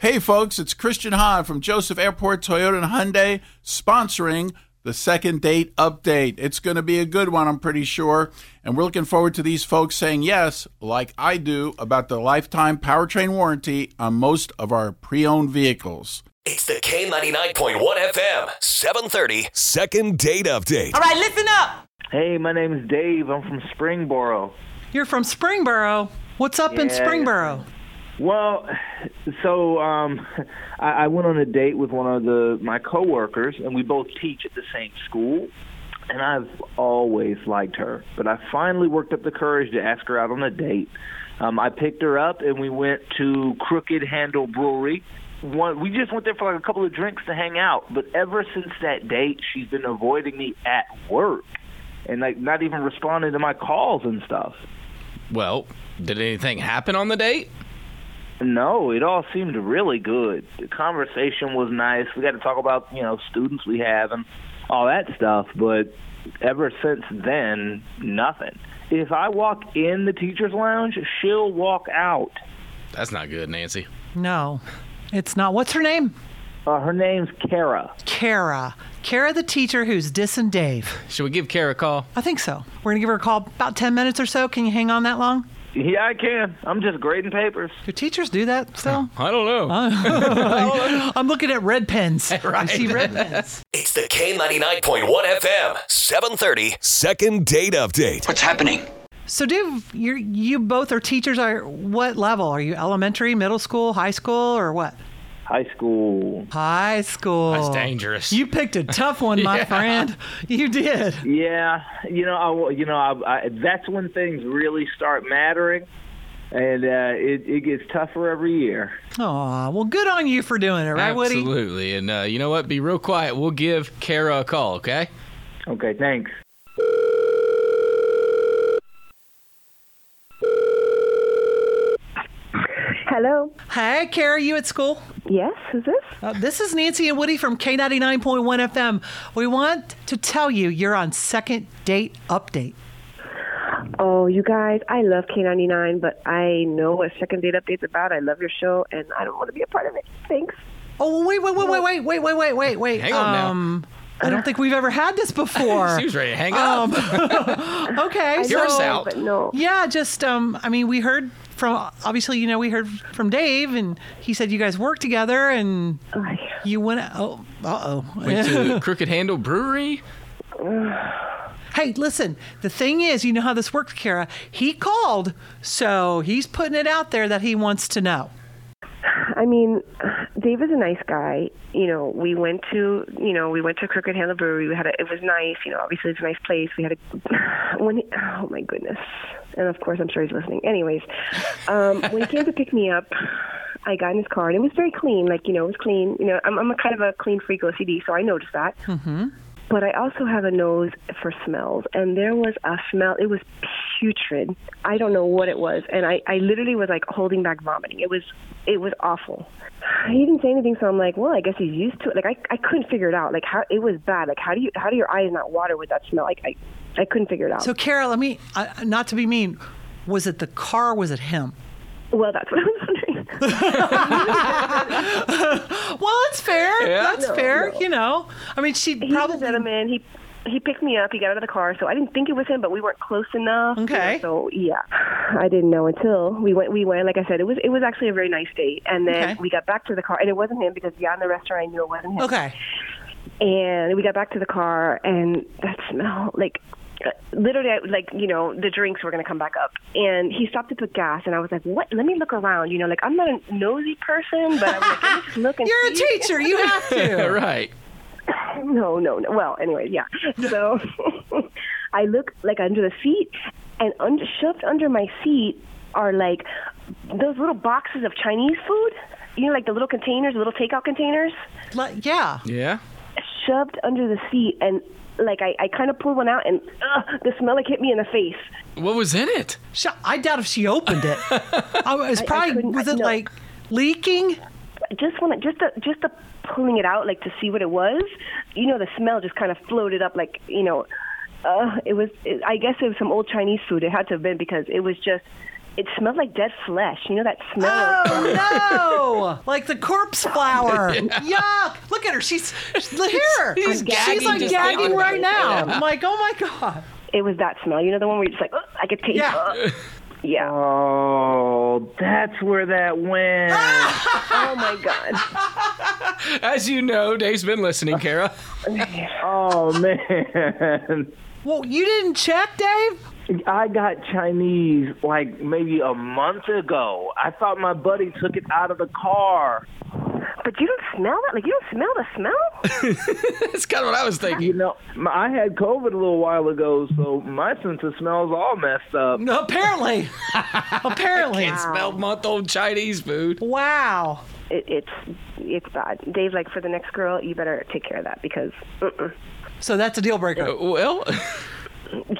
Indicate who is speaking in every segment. Speaker 1: Hey, folks, it's Christian Hahn from Joseph Airport Toyota and Hyundai sponsoring the second date update. It's going to be a good one, I'm pretty sure. And we're looking forward to these folks saying yes, like I do, about the lifetime powertrain warranty on most of our pre owned vehicles.
Speaker 2: It's the K99.1 FM, 730.
Speaker 3: Second date update.
Speaker 4: All right, listen up.
Speaker 5: Hey, my name is Dave. I'm from Springboro.
Speaker 4: You're from Springboro. What's up in
Speaker 5: Yeah.
Speaker 4: Springboro?
Speaker 5: Well, so um, I, I went on a date with one of the my coworkers, and we both teach at the same school. And I've always liked her, but I finally worked up the courage to ask her out on a date. Um, I picked her up, and we went to Crooked Handle Brewery. One, we just went there for like a couple of drinks to hang out. But ever since that date, she's been avoiding me at work, and like not even responding to my calls and stuff.
Speaker 6: Well, did anything happen on the date?
Speaker 5: No, it all seemed really good. The conversation was nice. We got to talk about, you know, students we have and all that stuff, but ever since then, nothing. If I walk in the teacher's lounge, she'll walk out.
Speaker 6: That's not good, Nancy.
Speaker 4: No, it's not. What's her name?
Speaker 5: Uh, her name's Kara.
Speaker 4: Kara. Kara, the teacher who's dissing Dave.
Speaker 6: Should we give Kara a call?
Speaker 4: I think so. We're going to give her a call about 10 minutes or so. Can you hang on that long?
Speaker 5: Yeah, I can. I'm just grading papers.
Speaker 4: Do teachers do that still?
Speaker 6: I don't know.
Speaker 4: Uh, I'm looking at red pens. I see red pens.
Speaker 2: It's the K99.1 FM, 730.
Speaker 3: Second date update.
Speaker 7: What's happening?
Speaker 4: So, Dave, you you both are teachers. Are what level? Are you elementary, middle school, high school, or what?
Speaker 5: High school.
Speaker 4: High school.
Speaker 6: That's dangerous.
Speaker 4: You picked a tough one, my friend. You did.
Speaker 5: Yeah, you know, I, will- you know, I, I, that's when things really start mattering, and uh, it, it gets tougher every year.
Speaker 4: Aw, well, good on you for doing it, right, Woody?
Speaker 6: Absolutely. And uh, you know what? Be real quiet. We'll give Kara a call, okay?
Speaker 5: Okay, thanks.
Speaker 8: Hello.
Speaker 4: Hey, Kara, you at school?
Speaker 8: Yes, who's this?
Speaker 4: Uh, this is Nancy and Woody from K99.1 FM. We want to tell you you're on second date update.
Speaker 8: Oh, you guys, I love K99, but I know what Second Date Update's about. I love your show, and I don't want to be a part of it. Thanks.
Speaker 4: Oh, wait, wait, wait, wait, wait, wait, wait, wait, wait, wait.
Speaker 6: Hang on now.
Speaker 4: um, I don't think we've ever had this before.
Speaker 6: She was ready to hang
Speaker 4: Um,
Speaker 6: up.
Speaker 4: okay,
Speaker 8: I
Speaker 6: Hear us
Speaker 8: know,
Speaker 6: out.
Speaker 8: But no.
Speaker 4: Yeah, just um, I mean, we heard from obviously, you know, we heard from Dave, and he said you guys work together, and
Speaker 8: Ay,
Speaker 4: you went. Oh, uh
Speaker 6: Went
Speaker 4: oh.
Speaker 6: to Crooked Handle Brewery.
Speaker 4: hey, listen. The thing is, you know how this works, Kara. He called, so he's putting it out there that he wants to know.
Speaker 8: I mean, Dave is a nice guy. You know, we went to, you know, we went to Crooked Handle Brewery. We had a, it was nice. You know, obviously it's a nice place. We had a, when he, oh my goodness. And of course, I'm sure he's listening. Anyways, um, when he came to pick me up, I got in his car, and it was very clean. Like, you know, it was clean. You know, I'm, I'm a kind of a clean freak OCD, so I noticed that. But I also have a nose for smells, and there was a smell. It was putrid. I don't know what it was, and I, I literally was like holding back vomiting. It was it was awful. He didn't say anything, so I'm like, well, I guess he's used to it. Like I I couldn't figure it out. Like how it was bad. Like how do you how do your eyes not water with that smell? Like I I couldn't figure it out.
Speaker 4: So, Kara, let me. Uh, not to be mean, was it the car? Was it him?
Speaker 8: well, that's what I was wondering.
Speaker 4: Well, it's fair. That's
Speaker 8: No,
Speaker 4: fair.
Speaker 8: no.
Speaker 4: You know, I mean, she
Speaker 8: He
Speaker 4: probably
Speaker 8: was gentleman. He he picked me up. He got out of the car, so I didn't think it was him, but we weren't close enough. you know,
Speaker 4: Okay.
Speaker 8: so yeah, I didn't know until we went. We went. Like I said, it was it was actually a very nice date, and then
Speaker 4: Okay.
Speaker 8: we got back to the car, and it wasn't him because beyond the restaurant, I knew it wasn't him.
Speaker 4: Okay.
Speaker 8: And we got back to the car, and that smell, like. uh, Literally, I, like you know, the drinks were gonna come back up, and he stopped to put gas, and I was like, "What? Let me look around." You know, like I'm not a nosy person, but I was like, "Let me just look and
Speaker 4: You're a
Speaker 8: see."
Speaker 4: teacher. You have to.
Speaker 6: right.
Speaker 8: no, no, no. Well, anyway, yeah. So I look like under the seat, and under, shoved under my seat are like those little boxes of Chinese food. You know, like the little containers, the little takeout containers,
Speaker 4: Like, yeah.
Speaker 6: Yeah.
Speaker 8: shoved under the seat, and like I, I kind of pulled one out, and uh, the smell like hit me in the face.
Speaker 6: What was in it?
Speaker 4: She, I doubt if she opened it. I was probably
Speaker 8: couldn't-
Speaker 4: was
Speaker 8: I-
Speaker 4: it
Speaker 8: no.
Speaker 4: like leaking?
Speaker 8: Just when, I- just the, just the pulling it out, like to see what it was. You know, the smell just kind of floated up, like you know, uh, it was. It, I guess it was some old Chinese food. It had to have been because it was just It smelled like dead flesh. You know that smell?
Speaker 4: Oh no! Like the corpse flower. Yuck! Look at her. She's look here.
Speaker 6: She's gagging
Speaker 4: She's like
Speaker 6: just
Speaker 4: gagging
Speaker 6: thinking
Speaker 4: right now.
Speaker 6: about
Speaker 4: I'm like, oh my god.
Speaker 8: It was that smell. You know the one where you're just like, "Ugh, I could taste.
Speaker 4: Yeah.
Speaker 8: ugh." Yeah.
Speaker 5: Oh, that's where that went.
Speaker 8: Oh my god.
Speaker 6: As you know, Dave's been listening, Kara.
Speaker 5: Oh man,
Speaker 4: Well, you didn't check, Dave.
Speaker 5: I got Chinese like maybe a month ago. I thought my buddy took it out of the car.
Speaker 8: But you don't smell that. Like you don't smell the smell.
Speaker 6: That's kind of what I was thinking.
Speaker 5: You know, m- I had COVID a little while ago, so my sense of smell's all messed up.
Speaker 4: No, apparently. apparently.
Speaker 6: Spell month old Chinese food.
Speaker 4: Wow.
Speaker 8: It, it's it's bad. Dave, like for the next girl, you better take care of that because. Mm-mm.
Speaker 4: So that's a deal breaker.
Speaker 6: Uh, Well,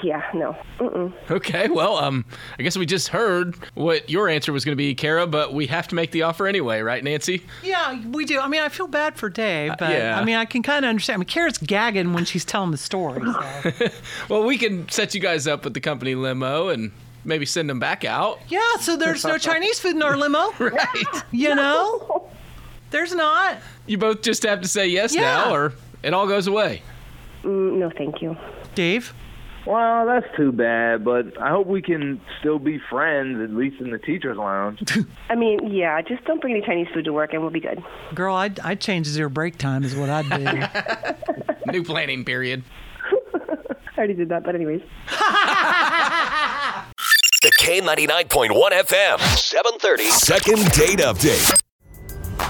Speaker 8: Yeah. No. Mm-mm.
Speaker 6: okay. Well, um, I guess we just heard what your answer was going to be, Kara, but we have to make the offer anyway, right, Nancy?
Speaker 4: Yeah, we do. I mean, I feel bad for Dave, but
Speaker 6: Uh, yeah.
Speaker 4: I mean, I can kind of understand. I mean, Kara's gagging when she's telling the story. so.
Speaker 6: Well, we can set you guys up with the company limo and maybe send them back out.
Speaker 4: yeah, so there's no Chinese food in our limo.
Speaker 6: Right.
Speaker 4: You know? There's not.
Speaker 6: You both just have to say yes
Speaker 4: Yeah.
Speaker 6: now, or it all goes away.
Speaker 8: Mm, no, thank you.
Speaker 4: Dave?
Speaker 5: Well, that's too bad, but I hope we can still be friends, at least in the teacher's lounge.
Speaker 8: I mean, yeah. Just don't bring any Chinese food to work, and we'll be good.
Speaker 4: Girl, I'd, I'd change zero break time, is what I'd do.
Speaker 6: New planning period.
Speaker 8: I already did that, but anyways.
Speaker 2: The K99.1 FM, 730.
Speaker 3: Second date update.